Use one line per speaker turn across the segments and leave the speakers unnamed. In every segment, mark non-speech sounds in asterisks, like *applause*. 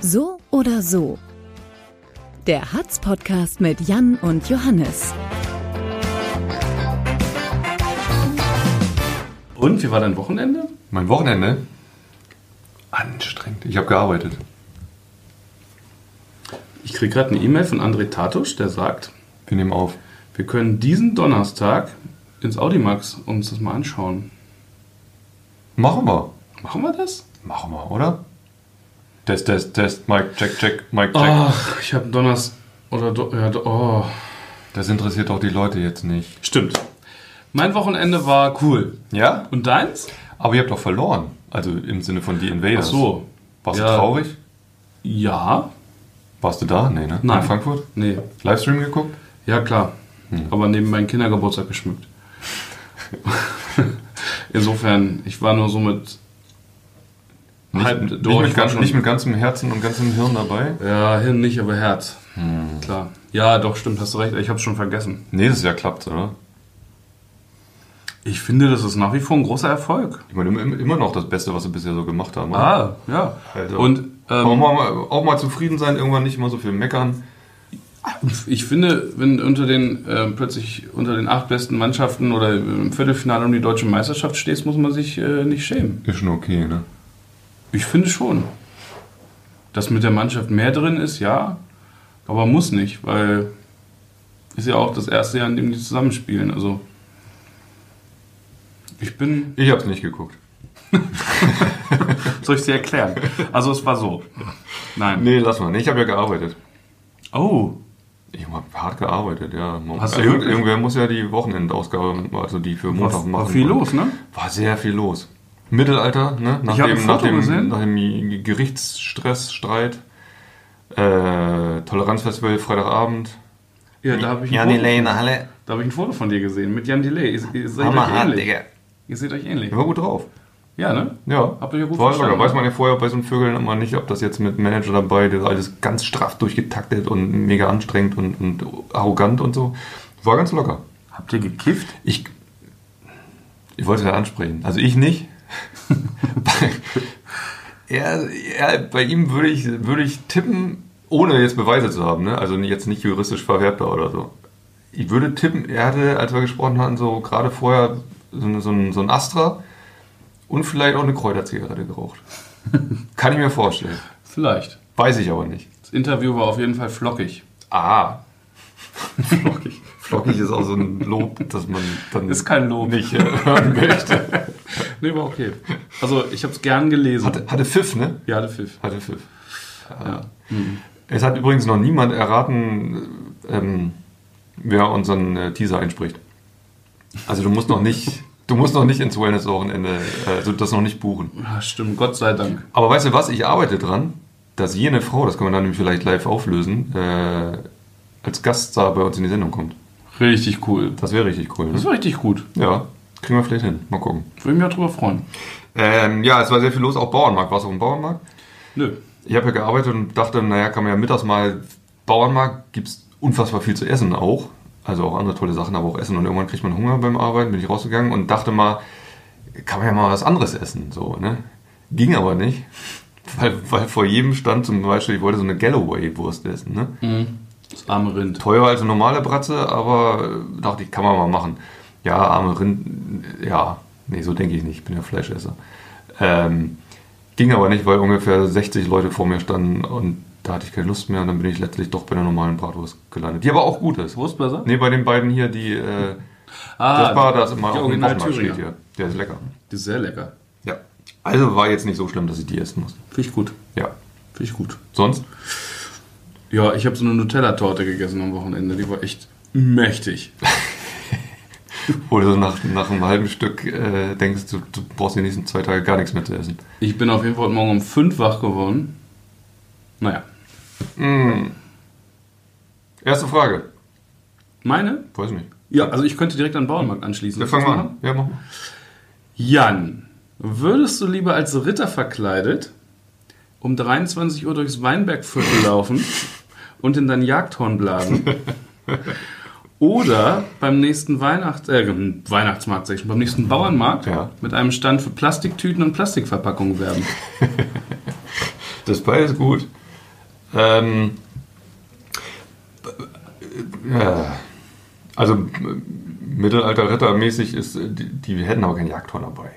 So oder so. Der Hatz-Podcast mit Jan und Johannes.
Und wie war dein Wochenende?
Mein Wochenende? Anstrengend. Ich habe gearbeitet.
Ich kriege gerade eine E-Mail von André Tatusch, der sagt,
Wir nehmen auf.
wir können diesen Donnerstag ins Audimax uns das mal anschauen.
Machen wir.
Machen wir das?
Machen wir, oder? Test, test, test. Mike, check, check. Mike, check.
Ach, ich habe Donnerstag oder Do ja, Do- oh.
Das interessiert doch die Leute jetzt nicht.
Stimmt. Mein Wochenende war cool.
Ja?
Und deins?
Aber ihr habt doch verloren. Also im Sinne von die Invaders.
Ach so.
Warst
Ja.
du traurig?
Ja.
Warst du da? Nee, ne?
Nein.
In Frankfurt? Hm.
Nee.
Livestream geguckt?
Ja, klar. Aber neben meinen Kindergeburtstag
*laughs*
geschmückt. Insofern, ich war nur so mit. Halb-
nicht,
doch, ich
mit
war
ganz,
schon-
nicht mit ganzem Herzen und ganzem Hirn dabei?
Ja, Hirn nicht, aber Herz. Klar. Ja, doch, stimmt, hast du recht. Ich hab's schon vergessen.
Nächstes Jahr klappt's, oder?
Ich finde, das ist nach wie vor ein großer Erfolg.
Ich meine, im- immer noch das Beste, was wir bisher so gemacht haben. oder?
Ah, ja.
Also.
Und
Aber auch,
ähm,
mal, auch mal zufrieden sein, irgendwann nicht immer so viel meckern.
ich finde, wenn unter den ähm, plötzlich unter den acht besten Mannschaften oder im Viertelfinale um die deutsche Meisterschaft stehst, muss man sich äh, nicht schämen.
Ist schon okay, ne?
Ich finde schon. Dass mit der Mannschaft mehr drin ist, ja, aber muss nicht, weil ist ja auch das erste Jahr, in dem die zusammenspielen. Also ich bin
Ich hab's nicht geguckt.
Soll ich dir erklären? Also es war so. Nein.
Nee, lass mal. Nee, ich habe ja gearbeitet.
Oh,
Ich habe hart gearbeitet, ja. Man-
Hast du
Irgend-
wirklich?
irgendwer muss ja die Wochenendausgabe, also die für Montag
war,
machen.
war viel
Und
los, ne?
War sehr viel los. Mittelalter, ne? Nach
Ich hab ein
dem, nach
Foto
dem,
gesehen.
nach dem Gerichtsstress, Streit, äh, Toleranzfestival, Freitagabend.
Ja, da habe ich,
ja,
ein
die
Foto-
Lane Halle.
da hab ich ein Foto von dir gesehen mit Jan Delay. Ihr, ihr seid euch
Hammerhart,
ähnlich.
Digga.
Ihr seht euch ähnlich.
Ich war gut drauf.
Ja, ne?
Ja,
Habt ihr ja gut
War
verstanden. ne?
locker. Weiß man ja vorher bei so einem Vögeln immer nicht, ob das jetzt mit Manager dabei, der alles ganz straff durchgetaktet und mega anstrengend und, und arrogant und so. War ganz locker.
Habt ihr gekifft?
Ich, ich wollte da ansprechen. Also ich nicht. bei, er, er, bei ihm würde ich, würde ich tippen, ohne jetzt Beweise zu haben. Ne? Also jetzt nicht juristisch verwerbbar oder so. Ich würde tippen, er hatte, als wir gesprochen hatten, so gerade vorher so, ein- so, ein, so ein Astra und vielleicht auch eine Kräuterzigarette geraucht. Kann ich mir vorstellen.
Vielleicht.
Weiß ich aber nicht.
Das Interview war auf jeden Fall flockig.
Ah,
*laughs* Flockig.
flockig ist auch so ein Lob, dass man dann
Ist kein Lob.
nicht äh, hören möchte.
Nee, war okay. Also, ich habe es gern gelesen.
Hatte, hatte Pfiff, ne?
ja, der Pfiff.
Hatte Pfiff.
Ja.
Mhm. Es hat übrigens noch niemand erraten, ähm, wer unseren äh, Teaser einspricht. Also du musst noch *laughs* nicht, du musst noch nicht ins Wellness-Wochenende, äh, also das noch nicht buchen.
Ah, stimmt, Gott sei Dank.
Aber weißt du was, ich arbeite dran, dass jene Frau, das können wir dann nämlich vielleicht live auflösen, äh, als Gaststar bei uns in die Sendung kommt.
Richtig cool.
Das wäre richtig cool.
Das
Ne?
war richtig gut.
Ja, kriegen wir vielleicht hin. Mal gucken.
Würde mich auch drüber freuen.
Ähm, ja, es war sehr viel los, auch Bauernmarkt. Warst du auf dem Bauernmarkt?
Nö.
Ich habe ja gearbeitet und dachte, naja, kann man ja mittags mal Bauernmarkt, gibt es unfassbar viel zu essen auch. Also auch andere tolle Sachen, aber auch Essen. Und irgendwann kriegt man Hunger beim Arbeiten, bin ich rausgegangen und dachte mal, kann man ja mal was anderes essen. So, ne? Ging aber nicht. *laughs* Weil, weil vor jedem stand zum Beispiel, ich wollte so eine Galloway-Wurst essen. Ne?
Das arme Rind.
Teurer als eine normale Bratze, aber äh, dachte ich, kann man mal machen. Ja, arme Rind, ja, nee, so denke ich nicht, ich bin ja Fleischesser. Ähm, ging aber nicht, weil ungefähr 60 Leute vor mir standen und da hatte ich keine Lust mehr und dann bin ich letztlich doch bei der normalen Bratwurst gelandet, die aber auch gut ist.
Wurst besser?
Nee, bei den beiden hier, die, äh,
Ah,
das war das immer
die
auf dem
Original
Wochenmarkt steht
Thüringer.
hier. Der ist lecker.
Die ist sehr lecker.
Ja. Also war jetzt nicht so schlimm, dass ich die essen musste.
Finde ich gut.
Ja.
Finde ich gut.
Sonst?
Ja, ich habe so eine Nutella-Torte gegessen am Wochenende. Die war echt mächtig.
Oder so nach, nach einem halben Stück äh, denkst du, du brauchst die nächsten zwei Tage gar nichts mehr zu essen.
Ich bin auf jeden Fall heute Morgen um 5 wach geworden. Naja.
Hm. Erste Frage.
Meine?
Weiß nicht.
Ja, also ich könnte direkt an den Bauernmarkt anschließen.
Wir fangen
Willst
mal
du
an. Ja, mach mal.
Jan, würdest du lieber als Ritter verkleidet um 23 Uhr durchs Weinbergviertel
*laughs*
laufen und in dein Jagdhorn blasen? Oder beim nächsten Weihnachts äh, Weihnachtsmarkt, sag ich schon, beim nächsten Bauernmarkt
Ja.
mit einem Stand für Plastiktüten und Plastikverpackungen werben?
Das ist beides gut. Ähm, äh, also Mittelalter-Rittermäßig ist, äh, die, die hätten aber kein Jagdhorn dabei.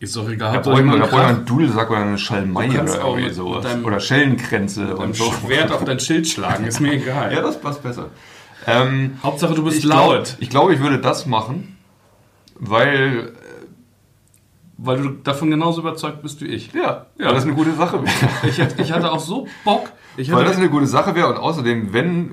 Ist doch egal.
Da
Hauptsache,
braucht man,
jemand
da braucht man
greift
einen Dudelsack oder eine Schalmei
Du
oder
kannst auch
irgendwie
mit-
sowas.
mit deinem-
oder Schellenkränze
mit einem
und so.
Schwert auf dein Schild schlagen, ist mir egal.
*laughs* Ja, das passt besser. Ähm,
Hauptsache, du bist
ich
laut.
Glaub, ich glaube, ich würde das machen, weil,
Weil du davon genauso überzeugt bist wie ich.
ja,
Ja.
Weil das eine gute Sache *laughs* wäre.
Ich, hatte- ich hatte auch so Bock. Ich
Weil
hatte,
das eine gute Sache wäre und außerdem, wenn, äh,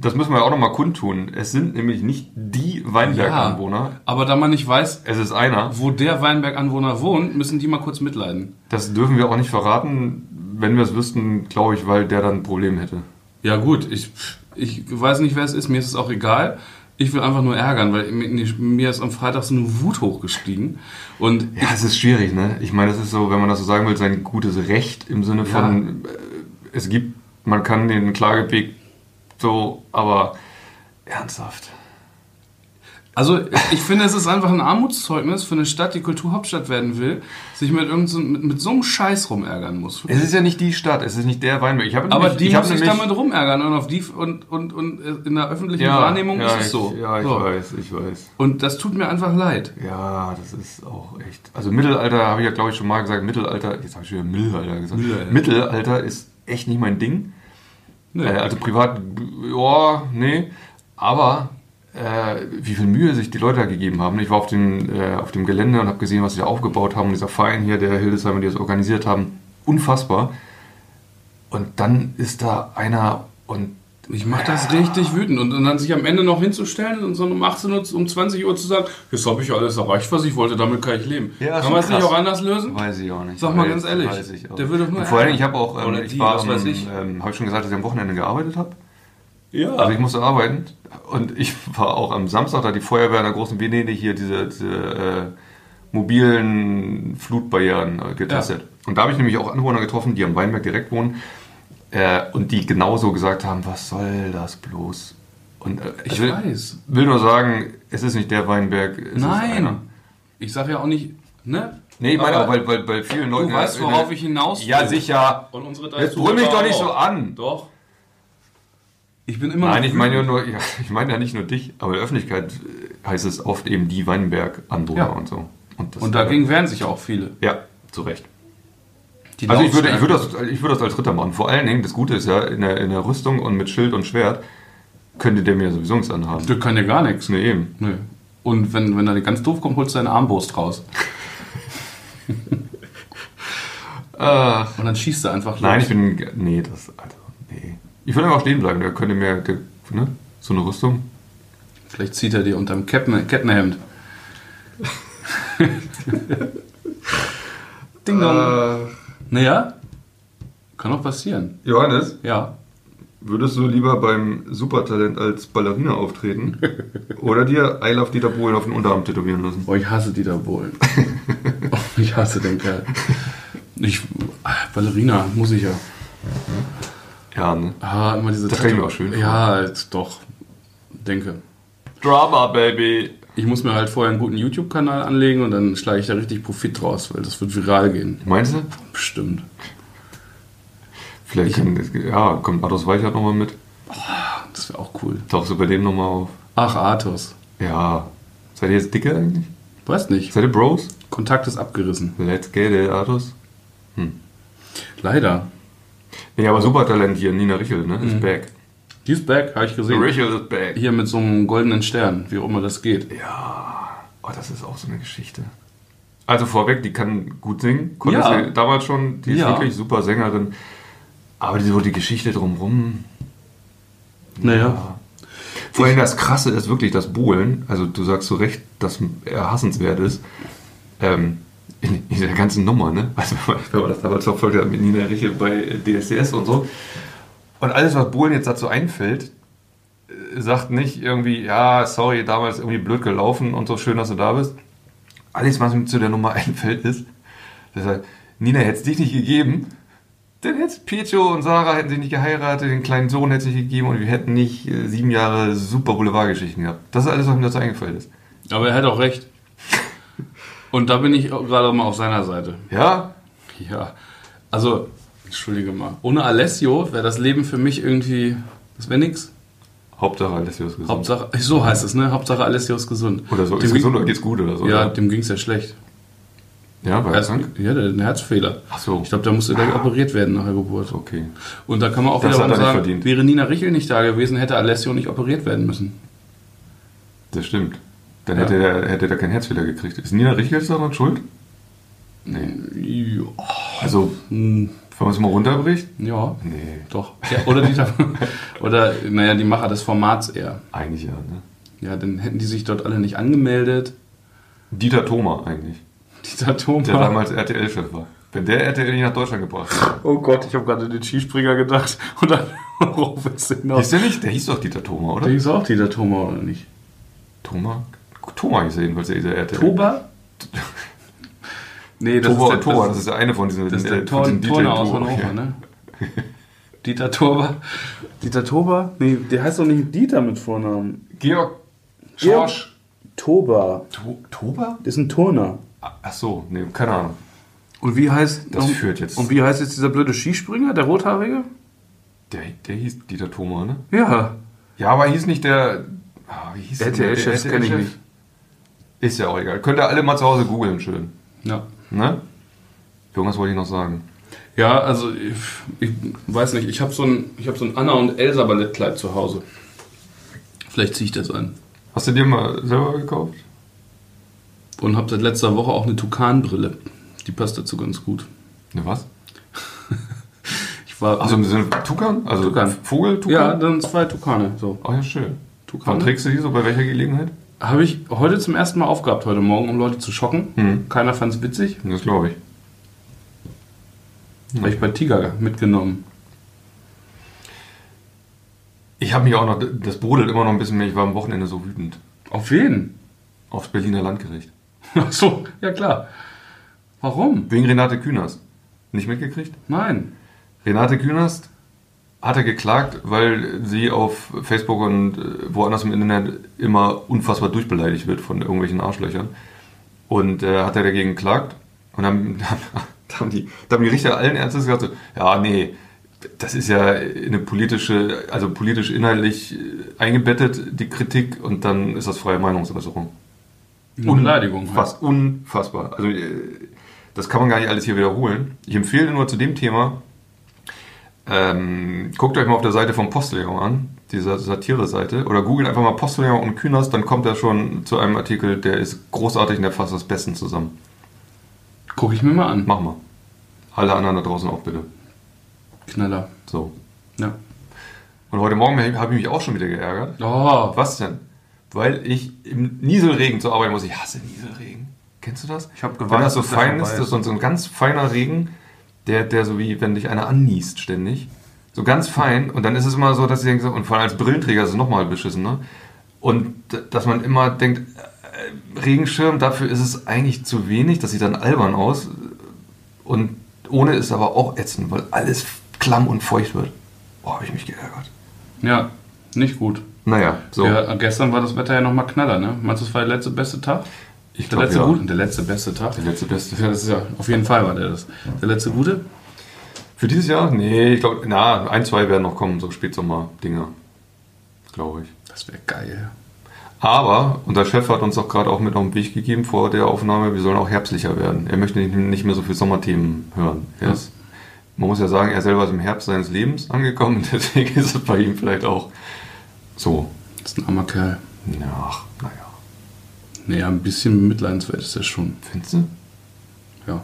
das müssen wir ja auch nochmal kundtun, es sind nämlich nicht die Weinberganwohner,
aber da man nicht weiß,
es ist einer.
wo der Weinberganwohner wohnt, müssen die mal kurz mitleiden.
Das dürfen wir auch nicht verraten, wenn wir es wüssten, glaube ich, weil der dann ein Problem hätte.
Ja gut, ich, ich weiß nicht, wer es ist, mir ist es auch egal. Ich will einfach nur ärgern, weil mir- mir ist am Freitag so eine Wut hochgestiegen. Und
Ja, es ist schwierig, ne? Ich meine, das ist so, wenn man das so sagen will, sein gutes Recht im Sinne von, äh, es gibt, man kann den Klageweg so, aber ernsthaft.
Also ich finde, es ist einfach ein Armutszeugnis für eine Stadt, die Kulturhauptstadt werden will, sich mit, irgend so, mit, mit so einem Scheiß rumärgern muss.
Es ist ja nicht die Stadt, es ist nicht der Weinberg. Ich habe
Aber
nämlich-
die
ich habe
muss sich
nämlich-
damit rumärgern und auf die und, und, und in der öffentlichen
ja,
Wahrnehmung
ja,
ist es
ich,
so.
Ja, ich
so.
weiß, ich weiß.
Und das tut mir einfach leid.
Ja, das ist auch echt. Also Mittelalter habe ich ja, glaube ich, schon mal gesagt. Mittelalter, jetzt habe ich wieder Mittelalter gesagt.
Mittelalter.
Mittelalter ist echt nicht mein Ding.
Nö.
Äh, also privat, ja, nee. Aber äh, wie viel Mühe sich die Leute da gegeben haben. Ich war auf dem, äh, auf dem Gelände und habe gesehen, was sie da aufgebaut haben. Und dieser Verein hier, der Hildesheimer, die das organisiert haben, unfassbar. Und dann ist da einer und
Ich mach das richtig wütend. Und, und dann sich am Ende noch hinzustellen und so um 18 Uhr, um 20 Uhr zu sagen, jetzt habe ich alles erreicht, was ich wollte, damit kann ich leben.
Ja,
kann
schon
man es nicht
krass.
auch anders lösen?
Weiß ich auch nicht.
Sag mal
Weiß-
ganz ehrlich,
Weiß ich auch.
der würde doch nur
Und vor allem, ich
ärgern.
habe auch, ähm,
Oder
ich
die,
war,
was
am,
weiß ich.
ähm, habe ich schon gesagt, dass ich am Wochenende gearbeitet habe.
Ja.
Also ich musste arbeiten und ich war auch am Samstag da die Feuerwehr in der großen Venedig hier diese, diese äh, mobilen Flutbarrieren äh, getestet. Und da habe ich nämlich auch Anwohner getroffen, die am Weinberg direkt wohnen äh, und die genauso gesagt haben, was soll das bloß? Und, äh,
Ich
will,
weiß.
will nur sagen, es ist nicht der Weinberg. Es Ist einer.
Nein. Ich sage ja auch nicht, ne?
Nee, ich meine, aber bei, bei, bei vielen
du
Leuten.
weißt,
in der-
worauf ich hinaus will.
Ja, sicher.
Und unsere drei
Jetzt brüll mich doch
Zuhörer
nicht
auch.
so an.
Doch. Ich *laughs* bin immer
Nein,
noch
ich meine ja
wütend.
nur, ja, ich meine ja nicht nur dich, aber in der Öffentlichkeit äh, heißt es oft eben die Weinberg-Anwohner
Ja.
und so. das- äh,
Und dagegen wehren sich auch viele.
Ja, zu Recht.
Die
Also ich würde, ich,
Lautstärke-
würde das, ich würde das als Ritter machen. Vor allen Dingen, das Gute ist ja, in der, in der Rüstung und mit Schild und Schwert könnte der mir sowieso nichts anhaben.
Der kann ja gar nichts.
Nee, eben.
Nö. Und wenn, wenn er ganz doof kommt, holst du deine Armbrust raus.
Ach.
Und dann schießt er einfach los.
Nein, ich bin. Nee, das. Also, nee. Ich würde einfach stehen bleiben, der könnte mir. Der, ne? So eine Rüstung.
Vielleicht zieht er dir unterm Ketten, Kettenhemd.
*laughs*
Ding
Äh.
dong. Naja, kann auch passieren.
Johannes?
Ja.
Würdest du lieber beim Supertalent als Ballerina *laughs* auftreten oder dir I Love Dieter Bohlen auf den Unterarm tätowieren lassen?
Boah, ich hasse Dieter Bohlen.
*laughs*
Oh, ich hasse den Kerl. Ich, ah, Ballerina, muss ich ja.
Ja, ne?
Ah, immer diese
Das
Tattoo-
stell ich mir auch schön vor.
Ja, jetzt doch. Denke.
Drama, Baby!
Ich muss mir halt vorher einen guten YouTube-Kanal anlegen und dann schlage ich da richtig Profit draus, weil das wird viral gehen.
Meinst du?
Bestimmt.
Vielleicht kann, ja, kommt Ados Weichert nochmal mit.
Das wäre auch cool.
Tauchst du bei dem nochmal auf?
Ach, Arthos.
Ja. Seid ihr jetzt dicker eigentlich?
Weiß nicht.
Seid ihr Bros?
Kontakt ist abgerissen.
Let's get it, Ados.
Leider.
Nee, aber Supertalent hier, Nina Richel, ne? Ist back.
Die ist back, habe ich gesehen.
Richel ist back.
Hier mit so einem goldenen Stern, wie auch immer das geht.
Oh, das ist auch so eine Geschichte. Also vorweg, die kann gut singen, konnte
Ja.
sie damals schon, die ist
Ja.
wirklich super Sängerin. Aber die, so die Geschichte drumherum.
Naja.
Vor allem das Krasse ist wirklich das Bohlen. Also du sagst zu Recht, dass er hassenswert ist. Ähm, in, in der ganzen Nummer, ne? Also wenn man- wenn man das damals verfolgt hat mit Nina Richel bei äh, DSDS und so. Und alles, was Bohlen jetzt dazu einfällt, äh, sagt nicht irgendwie, ja, sorry, damals irgendwie blöd gelaufen und so schön, dass du da bist. Alles, was mir zu der Nummer *laughs* einfällt, ist, dass er, Nina hätte es dich nicht gegeben, dann hätte Pietro und Sarah hätten sich nicht geheiratet, den kleinen Sohn hätte es nicht gegeben und wir hätten nicht äh, sieben Jahre super Boulevardgeschichten gehabt. Das ist alles, was mir dazu eingefallen ist.
Aber er hat auch recht. Und da bin ich auch gerade mal auf seiner Seite.
Ja,
Ja. Also, Entschuldige mal. Ohne Alessio wäre das Leben für mich irgendwie. Das wäre nix.
Hauptsache Alessio ist gesund.
Hauptsache. *laughs* So heißt es, ne? Hauptsache Alessio ist gesund.
Oder so, ist
Dem
gesund
ging-
oder geht's gut oder so.
Ja,
oder?
dem ging es ja schlecht.
ja war
Er
er
ist,
krank?
ja, der hat einen Herzfehler.
Ach so.
Ich glaube, da musste direkt operiert werden nach der Geburt.
Okay.
Und da kann man auch
Das
wiederum
hat er nicht
sagen,
verdient.
wäre Nina Richel nicht da gewesen, hätte Alessio nicht operiert werden müssen.
Das stimmt. Dann
Ja.
hätte, er, hätte er keinen Herzfehler gekriegt. Ist Nina Richels daran schuld? Nee.
Ja.
Also,
Hm,
wenn man es mal runterbricht?
ja.
Nee,
Doch. Ja, oder, die, *laughs* oder, naja, die Macher des Formats eher.
eigentlich ja. Ne?
Ja, dann hätten die sich dort alle nicht angemeldet.
Dieter Thoma eigentlich,
Dieter
der
Thoma.
damals RTL-Chef war. Wenn der RTL nicht nach Deutschland gebracht hätte.
Oh Gott, ich habe gerade an den Skispringer gedacht. *laughs* Und dann worauf ist denn
Hieß der nicht? Der hieß doch Dieter Thoma,
Da
oder?
hieß auch Dieter Thoma, oder nicht?
Thoma? Thoma hieß er jedenfalls, der dieser RTL.
Toba? Nee, das
Toba und
ist der,
Toba,
das
das ist der eine von diesen
Das ist der
äh, von
Tor,
diesen
Turner aus
Dieter-Duo.
Hannover,
Ja.
ne? Dieter Torber. Dieter Tober? Nee, der heißt doch nicht Dieter mit Vornamen.
*laughs* Georg
Georg.
Schorsch.
Tober.
To Toba?
Ist ein Turner.
Ach so, nee, keine Ahnung.
Und wie heißt.
Das
und,
führt jetzt-
Und wie heißt jetzt dieser blöde Skispringer, der Rothaarige?
Der, der hieß Dieter Thoma, ne?
Ja.
Ja, aber hieß nicht der. Ah, wie hieß denn der
RTL-Chef
RTL-Chef?
kenn ich nicht.
Ist ja auch egal. Könnt ihr alle mal zu Hause googeln, schön.
Ja.
Ne? Irgendwas wollte ich noch sagen.
Ja, also ich, ich weiß nicht, ich habe so ein, ich hab so ein Anna- und Elsa-Ballettkleid zu Hause. Vielleicht ziehe ich das an.
Hast du dir mal selber gekauft?
Und habe seit letzter Woche auch eine Tukanbrille. Die passt dazu ganz gut.
Ne, was?
Ich war.
Also im Sinne von Tukan? Also
Tukan.
Vogel, Tukan?
ja, ne? dann zwei Tukane. So.
Ach ja, schön. Wann
Tukane.
trägst du die so? Bei welcher Gelegenheit?
Habe ich heute zum ersten Mal aufgehabt, heute Morgen, um Leute zu schocken.
Hm.
Keiner fand es witzig.
Das glaube ich.
Habe ich bei Tiger mitgenommen.
Ich habe mich auch noch, das brodelt immer noch ein bisschen mehr. Ich war am Wochenende so wütend.
Auf wen? *laughs*
Aufs Berliner Landgericht.
Ach so, ja klar. Warum?
Wegen Renate Künast. Nicht mitgekriegt?
Nein.
Renate Künast hatte geklagt, weil sie auf Facebook und äh, woanders im Internet immer unfassbar durchbeleidigt wird von irgendwelchen Arschlöchern. Und äh, hat er dagegen geklagt. Und dann, *laughs* dann, haben die, dann haben die Richter allen Ernstes gesagt, so, ja, nee, das ist ja eine politische, also politisch inhaltlich äh, eingebettet, die Kritik, und dann ist das freie Meinungsäußerung.
Eine Beleidigung. Halt.
Fast unfassbar. Also äh, das kann man gar nicht alles hier wiederholen. Ich empfehle nur zu dem Thema, ähm, guckt euch mal auf der Seite vom Postillon an, dieser Satire-Seite, oder googelt einfach mal Postillon und Kühners, dann kommt er schon zu einem Artikel, der ist großartig und der fasst das Besten zusammen.
Guck ich mir mal an.
Mach mal. Alle anderen da draußen auch bitte.
Knaller.
So.
Ja.
Und heute Morgen habe ich mich auch schon wieder geärgert.
Oh,
Was denn? Weil ich im Nieselregen zur Arbeit muss. Ich hasse Nieselregen. Kennst du das?
Ich hab
Wenn
gewartet,
das so
bis er
fein
vorbei
ist, das
ist.
ist so so ein ganz feiner Regen, der, der so wie, wenn dich einer anniest ständig. So ganz fein. Und dann ist es immer so, dass ich denke, so, und vor allem als Brillenträger ist es nochmal beschissen, ne? Und d- dass man immer denkt, äh, Regenschirm, dafür ist es eigentlich zu wenig. Das sieht dann albern aus. Und ohne ist aber auch ätzend, weil alles klamm und feucht wird. Boah, habe ich mich geärgert.
ja. Nicht gut.
Naja, so.
Ja, gestern war das Wetter ja nochmal knaller, ne? Meinst du, das war der letzte beste Tag? der
ich glaub,
letzte
ja.
gute? Der letzte beste Tag?
Der letzte Beste.
Ja, das ist ja, auf jeden Fall war der das. Der letzte gute?
Für dieses Jahr? Nee, ich glaube, na, ein, zwei werden noch kommen, so Spätsommer-Dinger. Glaube ich.
Das wäre geil.
Aber unser Chef hat uns auch gerade auch mit auf den Weg gegeben vor der Aufnahme, wir sollen auch herbstlicher werden. Er möchte nicht- nicht mehr so viel Sommerthemen hören. Er
Ja.
ist, man muss ja sagen, er selber ist im Herbst seines Lebens angekommen, *laughs* deswegen ist es bei ihm vielleicht auch so.
Das ist ein armer Kerl.
Ach, naja.
Naja, ein bisschen mitleidenswert ist er schon.
Findest du?
Ja.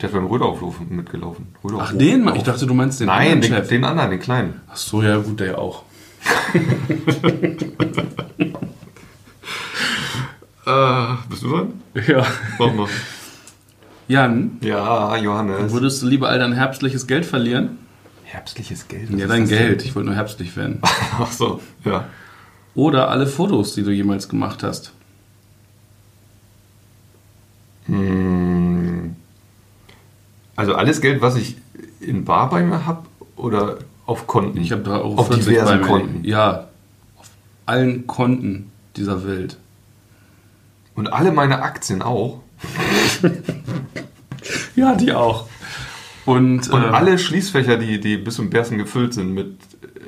Der hat beim Röderauflauf mitgelaufen.
Ach,
Röderauflauf.
den? Ich dachte, du meinst den
Nein,
anderen
den,
Chef.
den anderen, den kleinen.
Ach so, ja, gut, der auch.
Äh, bist du dran?
Ja.
Mach mal.
*laughs* Jan,
*laughs* ja, Johannes.
würdest du lieber all dein herbstliches Geld verlieren?
Herbstliches Geld?
Ja, dein Geld. Ich wollte nur herbstlich werden.
*laughs* Ach so, ja.
Oder alle Fotos, die du jemals gemacht hast.
Hm. Also alles Geld, was ich in Bar bei mir habe oder auf Konten?
Ich habe 3,40 Euro
Auf diversen Konten.
Ja, auf allen Konten dieser Welt.
Und alle meine Aktien auch.
Ja, die auch. Und,
Und
äh,
alle Schließfächer, die, die bis zum Bersten gefüllt sind mit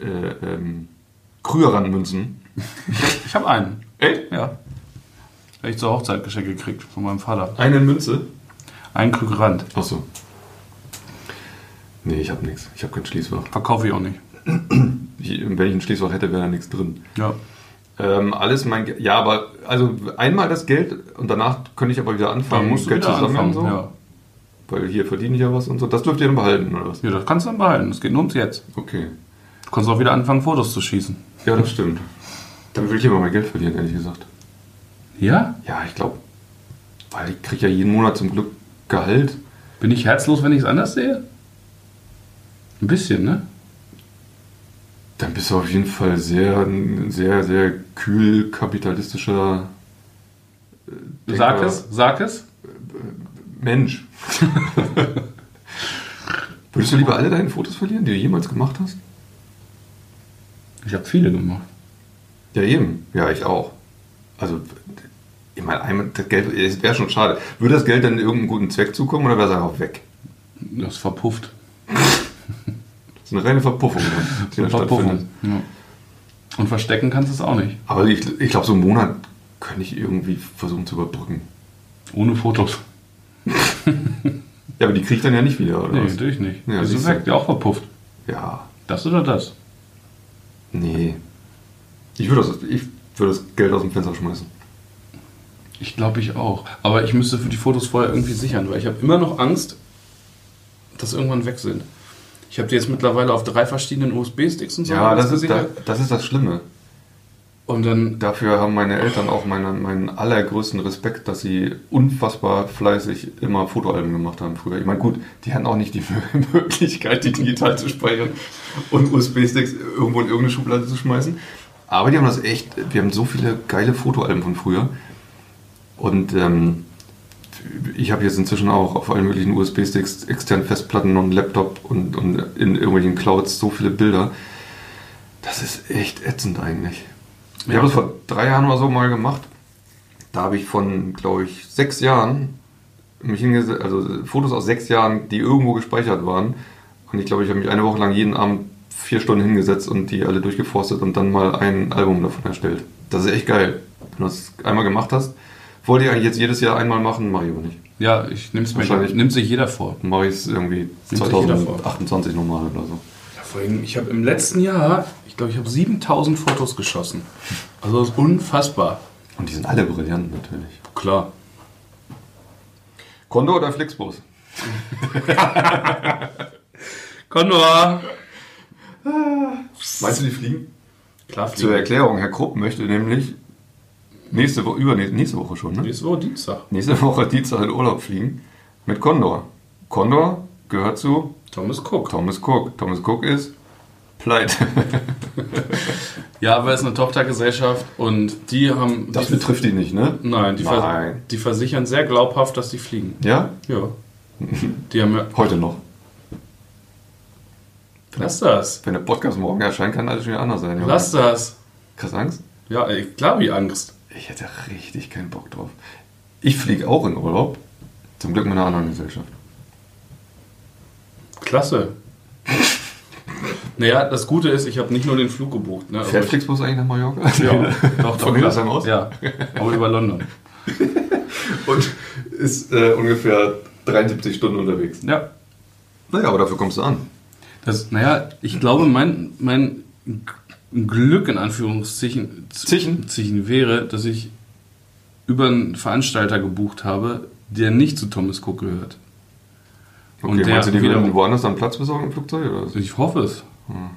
äh, ähm, Krügerrandmünzen.
ich habe einen.
Ey,
Ja. Habe ich zur Hochzeit geschenkt gekriegt von meinem Vater.
eine Münze.
Einen Krug Rand.
Achso. Nee, ich habe nichts. Ich habe kein Schließfach.
Verkaufe ich auch nicht.
Ich, wenn ich ein Schließfach hätte, wäre da nichts drin.
Ja.
Ähm, alles mein Ge Ja, aber also einmal das Geld und danach könnte ich aber wieder anfangen, Geld zu sammeln und so.
Ja.
Weil hier verdiene ich ja was und so. Das dürft ihr dann behalten, oder was?
ja, das kannst du dann behalten. Es geht nur ums Jetzt.
Okay.
Du kannst auch wieder anfangen, Fotos zu schießen.
Ja, das stimmt. Dann will ich immer mein Geld verlieren, ehrlich gesagt.
Ja?
Ja, ich glaube, weil ich kriege ja jeden Monat zum Glück Gehalt.
Bin ich herzlos, wenn ich es anders sehe? Ein bisschen, ne?
Dann bist du auf jeden Fall sehr, ein sehr, sehr kühl kapitalistischer äh,
Sag
Denker-
es, sag es.
*laughs* Mensch. Würdest du lieber alle deine Fotos verlieren, die du jemals gemacht hast?
Ich habe viele gemacht.
Ja, eben. Ja, ich auch. Also, ich meine, einmal das Geld es wäre schon schade. Würde das Geld dann irgendeinem guten Zweck zukommen oder wäre es einfach weg?
Das ist verpufft.
Das ist eine reine *laughs* Verpuffung, die dann stattfindet.
Ja. Und verstecken kannst du es auch nicht.
Aber ich, ich glaube, so einen Monat könnte ich irgendwie versuchen zu überbrücken.
Ohne Fotos.
Ja, aber die kriege ich dann ja nicht wieder, oder
Nee,
was?
natürlich nicht.
Ja,
Ja, ist
siehst
weg,
du.
ja auch verpufft.
Ja,
Das oder das?
nee. Ich würde das, ich würde das Geld aus dem Fenster schmeißen.
Ich glaube, ich auch. Aber ich müsste für die Fotos vorher irgendwie sichern, weil ich habe immer noch Angst, dass irgendwann weg sind. Ich habe die jetzt mittlerweile auf drei verschiedenen USB-Sticks und so
Ja,
alles
das ist, da,
gesichert.
das ist das Schlimme.
Und dann,
Dafür haben meine Eltern auch meine, meinen allergrößten Respekt, dass sie unfassbar fleißig immer Fotoalben gemacht haben früher. Ich meine, gut, die hatten auch nicht die *laughs* Möglichkeit, die digital zu speichern und USB-Sticks irgendwo in irgendeine Schublade zu schmeißen. Aber die haben das echt, wir haben so viele geile Fotoalben von früher. Und ähm, ich habe jetzt inzwischen auch auf allen möglichen USB-Sticks, externen Festplatten und Laptop und, und in irgendwelchen Clouds so viele Bilder. Das ist echt ätzend eigentlich. Ich habe das vor drei Jahren oder so mal gemacht. Da habe ich von, glaube ich, sechs Jahren mich hingesetzt, also Fotos aus sechs Jahren, die irgendwo gespeichert waren. Und ich glaube, ich habe mich eine Woche lang jeden Abend vier Stunden hingesetzt und die alle durchgeforstet und dann mal ein Album davon erstellt. Das ist echt geil. Wenn du das einmal gemacht hast, wollte ich eigentlich jetzt jedes Jahr einmal machen, mache ich aber nicht.
ja, ich nehme es mir,
Wahrscheinlich.
nimmt sich jeder vor.
Mache ich es irgendwie
Nimmt sich jeder vor.
2028 nochmal oder so.
Ja, vor allem, ich habe im letzten Jahr, ich glaube, ich habe 7000 Fotos geschossen. Also das ist unfassbar.
Und die sind alle brillant natürlich.
Klar.
Kondo oder Flixbus?
Condor!
Meinst du, die fliegen?
Klar,
Zur
fliegen.
Erklärung, Herr Krupp möchte nämlich nächste Woche, übernächste nächste Woche schon, ne?
Nächste Woche Dienstag.
Nächste Woche Dienstag in Urlaub fliegen mit Condor. Condor gehört zu
Thomas Cook.
Thomas Cook. Thomas Cook ist pleite.
Ja, aber es ist eine Tochtergesellschaft und die haben.
*laughs* Das
die,
betrifft ihn nicht, ne?
Nein, die, vers-
Nein.
die versichern sehr glaubhaft, dass die fliegen.
Ja?
Ja. Die haben ja.
Heute noch.
Lass das.
Wenn der Podcast morgen erscheint, kann alles schon wieder anders sein. Junge.
Lass das.
Krass Angst?
Ja, ey, klar, wie Angst.
Ich hätte richtig keinen Bock drauf. Ich fliege auch in Urlaub. Zum Glück mit einer anderen Gesellschaft.
Klasse. Naja, das Gute ist, ich habe nicht nur den Flug gebucht. Ne? Also
Fährt
ich-
Flixbus eigentlich nach Mallorca? *laughs*
ja, doch, doch,
Von Hildesheim aus?
Ja, aber über London.
Und ist äh, ungefähr 73 Stunden unterwegs.
Ja,
Naja, aber dafür kommst du an.
das, naja, ich glaube, mein, mein G- Glück in Anführungszeichen
Zichen?
Zichen wäre, dass ich über einen Veranstalter gebucht habe, der nicht zu Thomas Cook gehört.
Okay,
Und der
meinst du, die
wiederum-
würden woanders dann Platz besorgen im Flugzeug? Oder? was?
Ich hoffe es.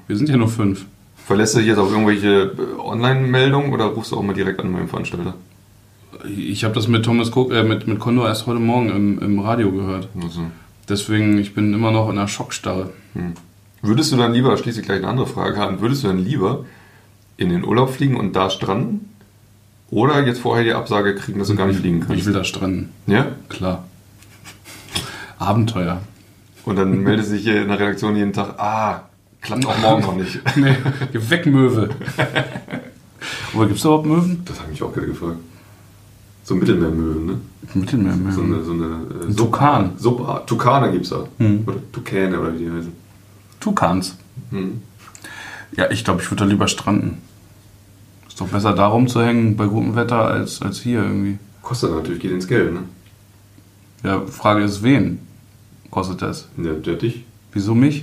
Wir sind ja nur fünf.
Verlässt du dich jetzt auf irgendwelche äh, Online-Meldungen oder rufst du auch mal direkt an meinem Veranstalter?
Ich habe das mit Thomas Cook, äh, mit, mit Condor erst heute Morgen im, im Radio gehört.
Also,
Deswegen, ich bin immer noch in einer Schockstarre.
würdest du dann lieber, schließe ich gleich eine andere Frage an, würdest du dann lieber in den Urlaub fliegen und da stranden? Oder jetzt vorher die Absage kriegen, dass du gar nicht fliegen
Ich
kannst?
will da stranden,
Ja?
klar. *laughs* Abenteuer.
Und dann meldet sich hier in der Redaktion jeden Tag, ah, klappt auch morgen noch nicht.
*laughs* Nee, geh weg, Möwe. Aber gibt es überhaupt Möwen?
Das habe ich mich auch gerade gefragt. So Mittelmeermöwen, ne? So
Mittelmeermöwen.
eine, so eine äh,
Tukan.
Subart. Tukane gibt's da.
Hm.
Oder Tukane oder wie die heißen.
Tukans.
Hm.
Ja, ich glaube, ich würde da lieber stranden. Ist doch besser da rumzuhängen bei gutem Wetter als, als hier irgendwie.
Kostet natürlich, geht ins Geld, ne?
Ja, Frage ist, wen kostet das?
Der, der dich?
Wieso mich?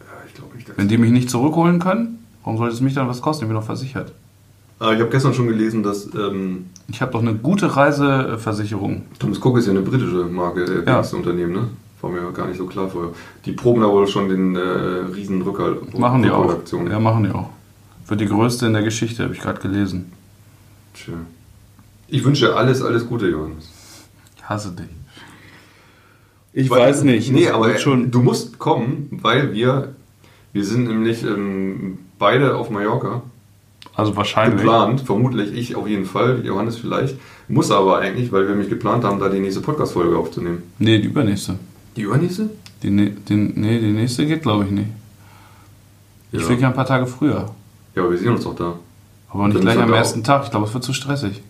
Ja, ich glaube nicht. dass-
Wenn die mich nicht zurückholen können, warum sollte es mich dann was kosten? Ich bin doch versichert.
Aber Ah, ich habe gestern schon gelesen, dass ähm,
Ich habe doch eine gute Reiseversicherung.
Thomas Cook ist ja eine britische Marke, äh,
Ja.
das Unternehmen, ne? War mir gar nicht so klar vorher. Die proben da wohl schon den äh, riesen Rückhalt.
Machen die auch.
Rückholaktion.
Ja, machen die auch. Wird die größte in der Geschichte, habe ich gerade gelesen.
Schön. Ich wünsche dir alles, alles Gute, Johannes.
Ich hasse dich. Ich weiß nicht.
Nee,
Das
aber
wird schon.
du musst kommen, weil wir, wir sind nämlich ähm, beide auf Mallorca
Also wahrscheinlich.
geplant, vermutlich ich auf jeden Fall, Johannes vielleicht, muss aber eigentlich, weil wir mich geplant haben, da die nächste Podcast-Folge aufzunehmen.
Nee, die übernächste.
Die übernächste?
Die, ne- die, nee, die nächste geht, glaube ich, nicht. Ich
Ja.
fliege ja ein paar Tage früher.
Ja, aber wir sehen uns doch da.
Aber nicht
Dann
gleich
ist er
am
da
ersten Tag. Ich glaube, es wird zu stressig.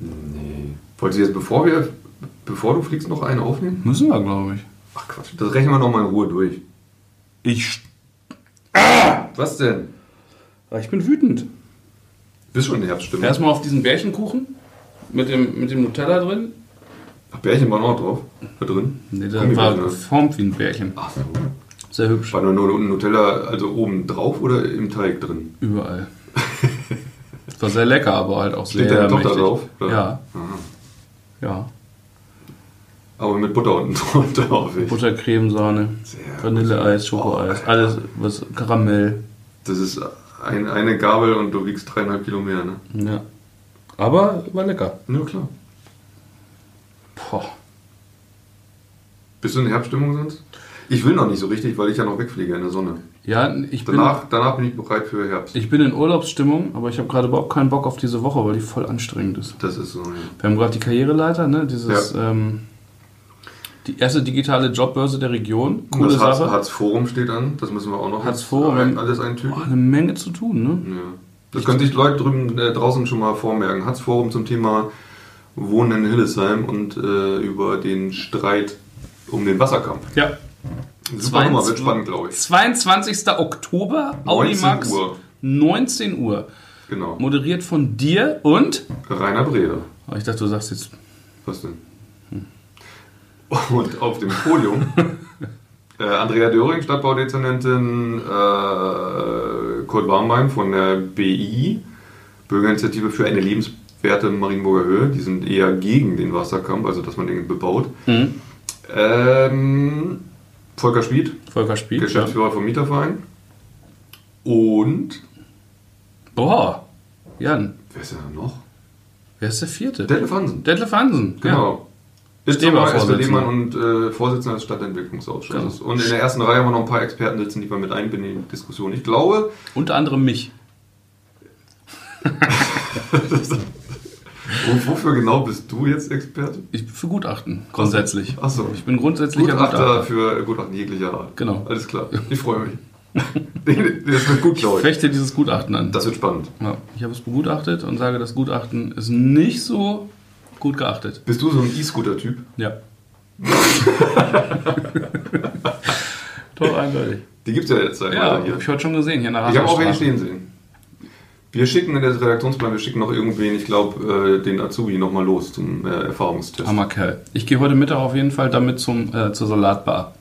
Nee. Wolltest du jetzt, bevor wir, bevor du fliegst, noch eine aufnehmen?
Müssen wir, glaube ich.
Ach Quatsch, das rechnen wir nochmal in Ruhe durch.
Ich,
Was denn?
ich bin wütend.
Bist schon in der Herbststimmung.
Erstmal auf diesen Bärchenkuchen mit dem, mit dem Nutella drin.
Ach, Bärchen waren auch drauf. Da drin.
Nee, der war
Gummibärchen, ne?
geformt wie ein Bärchen.
Ach so.
Sehr hübsch.
War nur nur Nutella, also oben drauf oder im Teig drin?
*laughs* Überall. Es war sehr lecker, aber halt auch sehr
Steht deine Tochter
mächtig.
drauf? oder?
Ja,
Aha.
ja.
Aber mit Butter unten *laughs* drauf, glaube ich.
Buttercreme, Sahne,
Sehr
Vanilleeis, Schokoeis, alles, was Karamell.
Das ist ein, eine Gabel und du wiegst dreieinhalb Kilo mehr, ne?
Ja. Aber war lecker.
Na klar.
Boah.
Bist du in Herbststimmung sonst? Ich will noch nicht so richtig, weil ich ja noch wegfliege in der Sonne.
Ja, ich bin,
Danach, danach bin ich bereit für Herbst.
ich bin in Urlaubsstimmung, aber ich habe gerade überhaupt keinen Bock auf diese Woche, weil die voll anstrengend ist.
Das ist so. ja.
Wir haben gerade die Karriereleiter, ne? Dieses, ähm, die erste digitale Jobbörse der Region. Coole
das Hartz,
Sache.
Hartz Forum steht an, das müssen wir auch noch
Hartz
jetzt
Forum,
ein,
wenn-
alles
Boah,
eintüten.
Oh, eine Menge zu tun, ne?
Ja. Das können sich Leute drüben äh, draußen schon mal vormerken. Hartz Forum zum Thema Wohnen in Hildesheim und äh, über den Streit um den Wasserkampf.
Ja.
Super Nummer, wird spannend, glaube ich.
22. Oktober, Audimax,
19 Uhr.
19 Uhr.
Genau.
Moderiert von dir und.
Rainer Brede.
Oh, ich dachte, du sagst jetzt.
Was denn? Und auf dem Podium äh, Andrea Döring, Stadtbaudezernentin, äh, Kurt Warmbein von der BI, Bürgerinitiative für eine lebenswerte Marienburger Höhe. Die sind eher gegen den Wasserkampf, also dass man den bebaut. Ähm, Volker Schmid,
Volker ne? Spiel. Ja.
Geschäftsführer vom Mieterverein. Und,
Boah. Jan,
wer ist denn da noch?
wer ist der vierte?
Detlef Hansen.
Detlef Hansen.
Genau. Jetzt
Stehen
haben
wir
wir SPD
Vorsitzender.
Lehmann und äh, Vorsitzender des Stadtentwicklungsausschusses.
Genau.
Und in der ersten Reihe haben wir noch ein paar Experten sitzen, die wir mit einbinden in die Diskussion. Ich glaube,
Ja. Unter anderem mich.
wo- wofür genau bist du jetzt Experte?
Ich bin für Gutachten, grundsätzlich.
Achso,
Ich bin grundsätzlicher
Gutachter
Gutachter.
für äh, Gutachten jeglicher Art.
Genau.
Alles klar, ich freue mich. *laughs* Nee, nee, das wird gut,
Ich
glaube ich.
fechte dieses Gutachten an.
Das wird spannend.
ja, ich habe es begutachtet und sage, das Gutachten ist nicht so gut geachtet.
Bist du so ein E-Scooter-Typ?
*laughs* Ja. Doch, eindeutig.
Die gibt es ja jetzt seit
Ja,
ja,
hab
hier.
ich heute schon gesehen hier in der
Ich habe auch wen
Hasenstraße.
stehen sehen. Wir schicken in der Redaktionsplan, wir schicken noch irgendwen, ich glaube, äh, den Azubi nochmal los zum äh, Erfahrungstest.
Hammerkerl. Ich gehe heute Mittag auf jeden Fall damit zum, äh, zur Salatbar.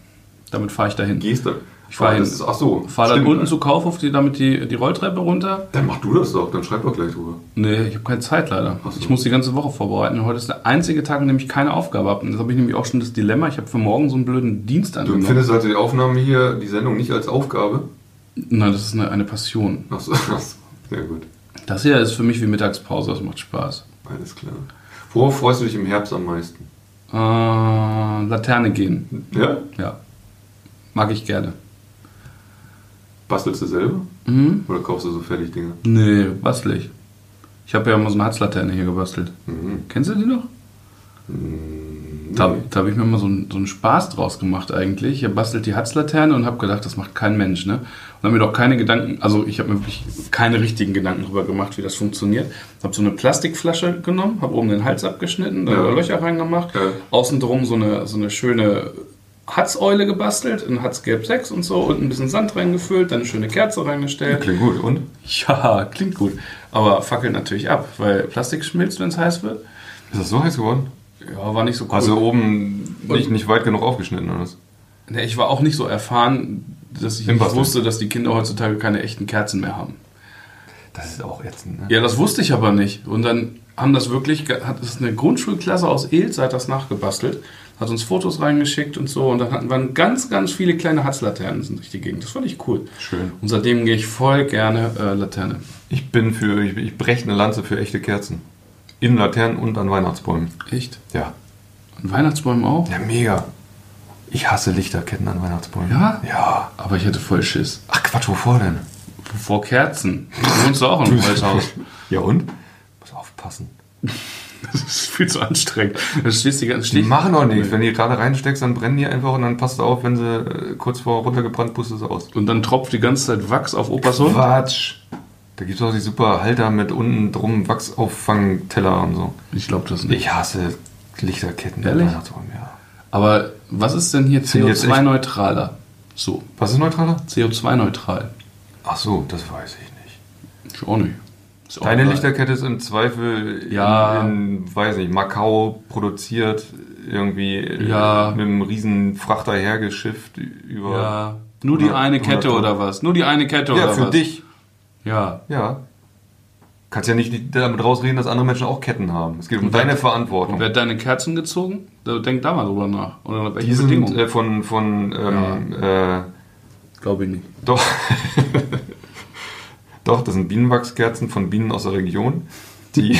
Damit fahre ich dahin.
Geste.
Ich fahr
Ah,
hin.
das ist- Ach so.
Fahre dann
stimmt.
unten zu Kaufhof, die, damit die, die Rolltreppe runter.
Dann mach du das doch, dann schreib doch gleich drüber.
Nee, ich habe keine Zeit leider.
Ach so.
Ich muss die ganze Woche vorbereiten. Heute ist der einzige Tag, an dem ich keine Aufgabe habe. Und das habe ich nämlich auch schon das Dilemma. Ich habe für morgen so einen blöden Dienst
Du
angenommen.
empfindest also die Aufnahme hier, die Sendung nicht als Aufgabe.
Nein, das ist eine, eine Passion.
*laughs* Achso, achso. Sehr gut.
Das hier ist für mich wie Mittagspause. Das macht Spaß.
Alles klar. Worauf freust du dich im Herbst am meisten?
Äh, Laterne gehen.
Ja?
Ja. Mag ich gerne.
Bastelst du selber?
Mhm.
Oder kaufst du so fertig Dinge?
Nee, bastel ich. Ich habe ja immer so eine Herzlaterne hier gebastelt.
Mhm.
Kennst du die noch? Da, da habe ich mir mal so einen, so einen Spaß draus gemacht eigentlich. Ich habe bastelt die Hatzlaterne und habe gedacht, das macht kein Mensch. Ne? Und habe mir doch keine Gedanken, also ich habe mir wirklich keine richtigen Gedanken darüber gemacht, wie das funktioniert. Habe so eine Plastikflasche genommen, habe oben den Hals abgeschnitten, da
Ja.
Löcher reingemacht,
Ja.
außen drum so eine, so eine schöne Hatzeule gebastelt, in Hatzgelb 6 und so und ein bisschen Sand reingefüllt, dann eine schöne Kerze reingestellt.
Klingt gut. Und?
*laughs* Ja, klingt gut. Aber fackelt natürlich ab, weil Plastik schmilzt, wenn es heiß wird.
Ist das so heiß geworden?
Ja, war nicht so cool.
Also oben nicht,
Und-
nicht weit genug aufgeschnitten oder was?
Ne, ich war auch nicht so erfahren, dass ich
Im
nicht
Basteln.
wusste, dass die Kinder heutzutage keine echten Kerzen mehr haben.
Das ist auch ätzend, ne?
Ja, das wusste ich aber nicht. Und dann haben das wirklich, ge- hat das eine Grundschulklasse aus Ilz, hat das nachgebastelt, hat uns Fotos reingeschickt und so. Und dann hatten, waren ganz, ganz viele kleine Hatzlaternen sind durch die Gegend. Das fand ich cool.
Schön.
Und seitdem gehe ich voll gerne äh, Laterne.
Ich bin für, ich, ich breche eine Lanze für echte Kerzen. In Laternen und an Weihnachtsbäumen.
Echt?
Ja.
An Weihnachtsbäumen auch?
Ja, mega. Ich hasse Lichterketten an Weihnachtsbäumen.
Ja?
Ja.
Aber ich hätte voll Schiss.
Ach Quatsch, wovor denn?
Vor Kerzen. Du wohnst doch auch
*laughs*
im Waldhaus.
Ja und? Muss aufpassen.
Das ist viel zu anstrengend. Da stehst du die ganze
Die
Stich-
machen doch nichts. Wenn die gerade reinsteckst, dann brennen die einfach und dann passt auf, wenn sie äh, kurz vor runtergebrannt, pustest du aus.
Und dann tropft die ganze Zeit Wachs auf Opas Hund.
Quatsch. Da gibt es auch die super Halter mit unten drum Wachsauffangteller und so.
Ich glaube das nicht.
Ich hasse Lichterketten. an
Ehrlich?
Weihnachtsbäumen, ja.
Aber was ist denn hier
Sind jetzt echt-
CO2-neutraler? So,
Was ist neutraler?
CO2-neutral.
Ach so, das weiß ich nicht.
Ich auch nicht. Ist auch
Deine
egal.
Lichterkette ist im Zweifel
Ja.
in, in, weiß nicht, Macau produziert, irgendwie äh,
Ja.
mit einem riesen Frachter hergeschifft über.
Ja. Nur die
Hundert-
eine Kette
hundert-
oder was? Nur die eine Kette
Ja,
oder was?
für dich.
Ja.
Ja. Kannst ja nicht damit rausreden, dass andere Menschen auch Ketten haben. Es geht um
Und
deine
wer-
Verantwortung.
Wer hat deine Kerzen gezogen? Da- Denk da mal drüber nach. Oder unter welchen
Die sind
Bedingungen?
äh, von, von ähm, äh,
Glaube ich nicht.
doch. doch, das sind Bienenwachskerzen von Bienen aus der Region, die,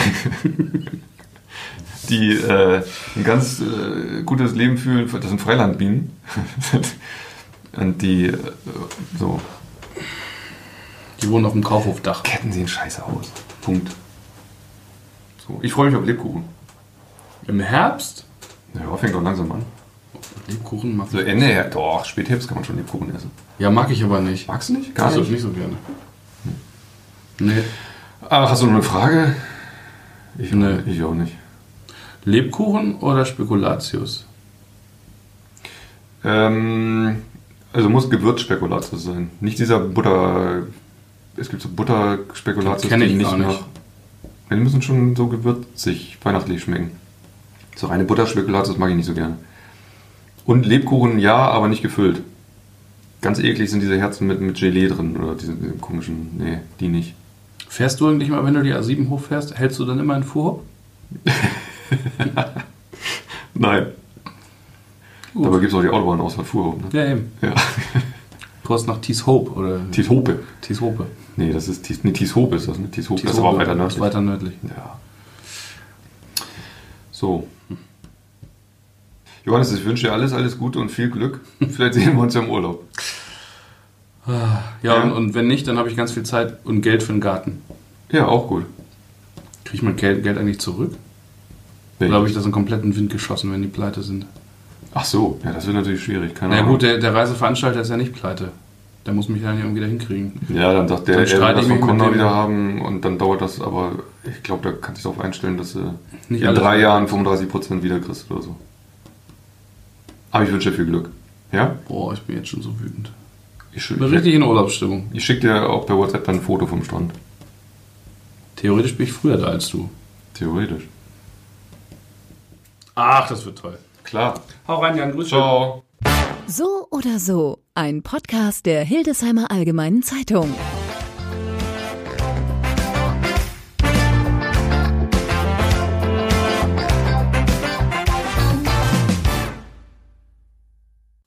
die äh, ein ganz äh, gutes Leben fühlen. Das sind Freilandbienen. Und die äh, so
Die wohnen auf dem Kaufhofdach.
Ketten sehen scheiße aus. Punkt. So, ich freue mich auf Lebkuchen.
Im Herbst?
Ja, fängt doch langsam an.
Lebkuchen mag
So Ende, ja, doch, Spätherbst kann man schon Lebkuchen essen.
Ja, mag ich aber nicht.
Magst du nicht?
Gar nicht. nicht so gerne. Nee.
Ach, hast du noch eine Frage? Ich,
Nee.
ich auch nicht.
Lebkuchen oder Spekulatius?
Ähm, also muss Gewürzspekulatius sein. Nicht dieser Butter. Es gibt so Butterspekulatius,
Kenn ich gar nicht.
Ja, Die müssen schon so gewürzig, weihnachtlich schmecken. So reine Butterspekulatius mag ich nicht so gerne. Und Lebkuchen ja, aber nicht gefüllt. Ganz eklig sind diese Herzen mit, mit Gelee drin oder diese, diese komischen. Nee, die nicht.
Fährst du eigentlich mal, wenn du die A7 hochfährst, hältst du dann immer einen Fuhrhof?
Nein.
Gut.
Dabei gibt es auch die Autobahnausfahrt Fuhrhof, ne?
Ja, eben.
Ja.
Du hast nach Thies Hope oder
Thies Hope.
Thies Hope.
Nee, das ist Thies, nee, Thies Hope ist das, ne? Thies Hope
Thies
ist aber auch
Hope,
weiter
ist
nördlich.
Weiter nördlich.
Ja. So. Johannes, ich wünsche dir alles, alles Gute und viel Glück. *laughs* Vielleicht sehen wir uns ja im Urlaub.
Ja,
Ja.
Und, und wenn nicht, dann habe ich ganz viel Zeit und Geld für den Garten.
Ja, auch gut.
Kriege ich mein Geld, Geld eigentlich zurück?
Nee.
Oder habe ich das in kompletten Wind geschossen, wenn die pleite sind?
Ach so, ja, das wird natürlich schwierig. Keine
Na
Ahnung.
gut, der, der Reiseveranstalter ist ja nicht pleite. Der muss mich dann ja irgendwie dahin kriegen.
ja, dann sagt der,
Dann
er will
streite
das
ich
vom
mich mit
Kunden
dem-
wieder haben und dann dauert das, aber ich glaube, da kannst du dich darauf einstellen, dass du
Nicht
in
alles-
drei Jahren 35% wieder kriegst oder so. Aber ich wünsche dir viel Glück. Ja?
Boah, ich bin jetzt schon so wütend.
Ich,
Ich
schick-
bin richtig in Urlaubsstimmung.
ich schicke dir auch per WhatsApp dann ein Foto vom Strand.
Theoretisch bin ich früher da als du.
Theoretisch.
Ach, das wird toll.
Klar.
Hau rein, Jan. Grüß
Ciao.
So oder so, ein Podcast der Hildesheimer Allgemeinen Zeitung.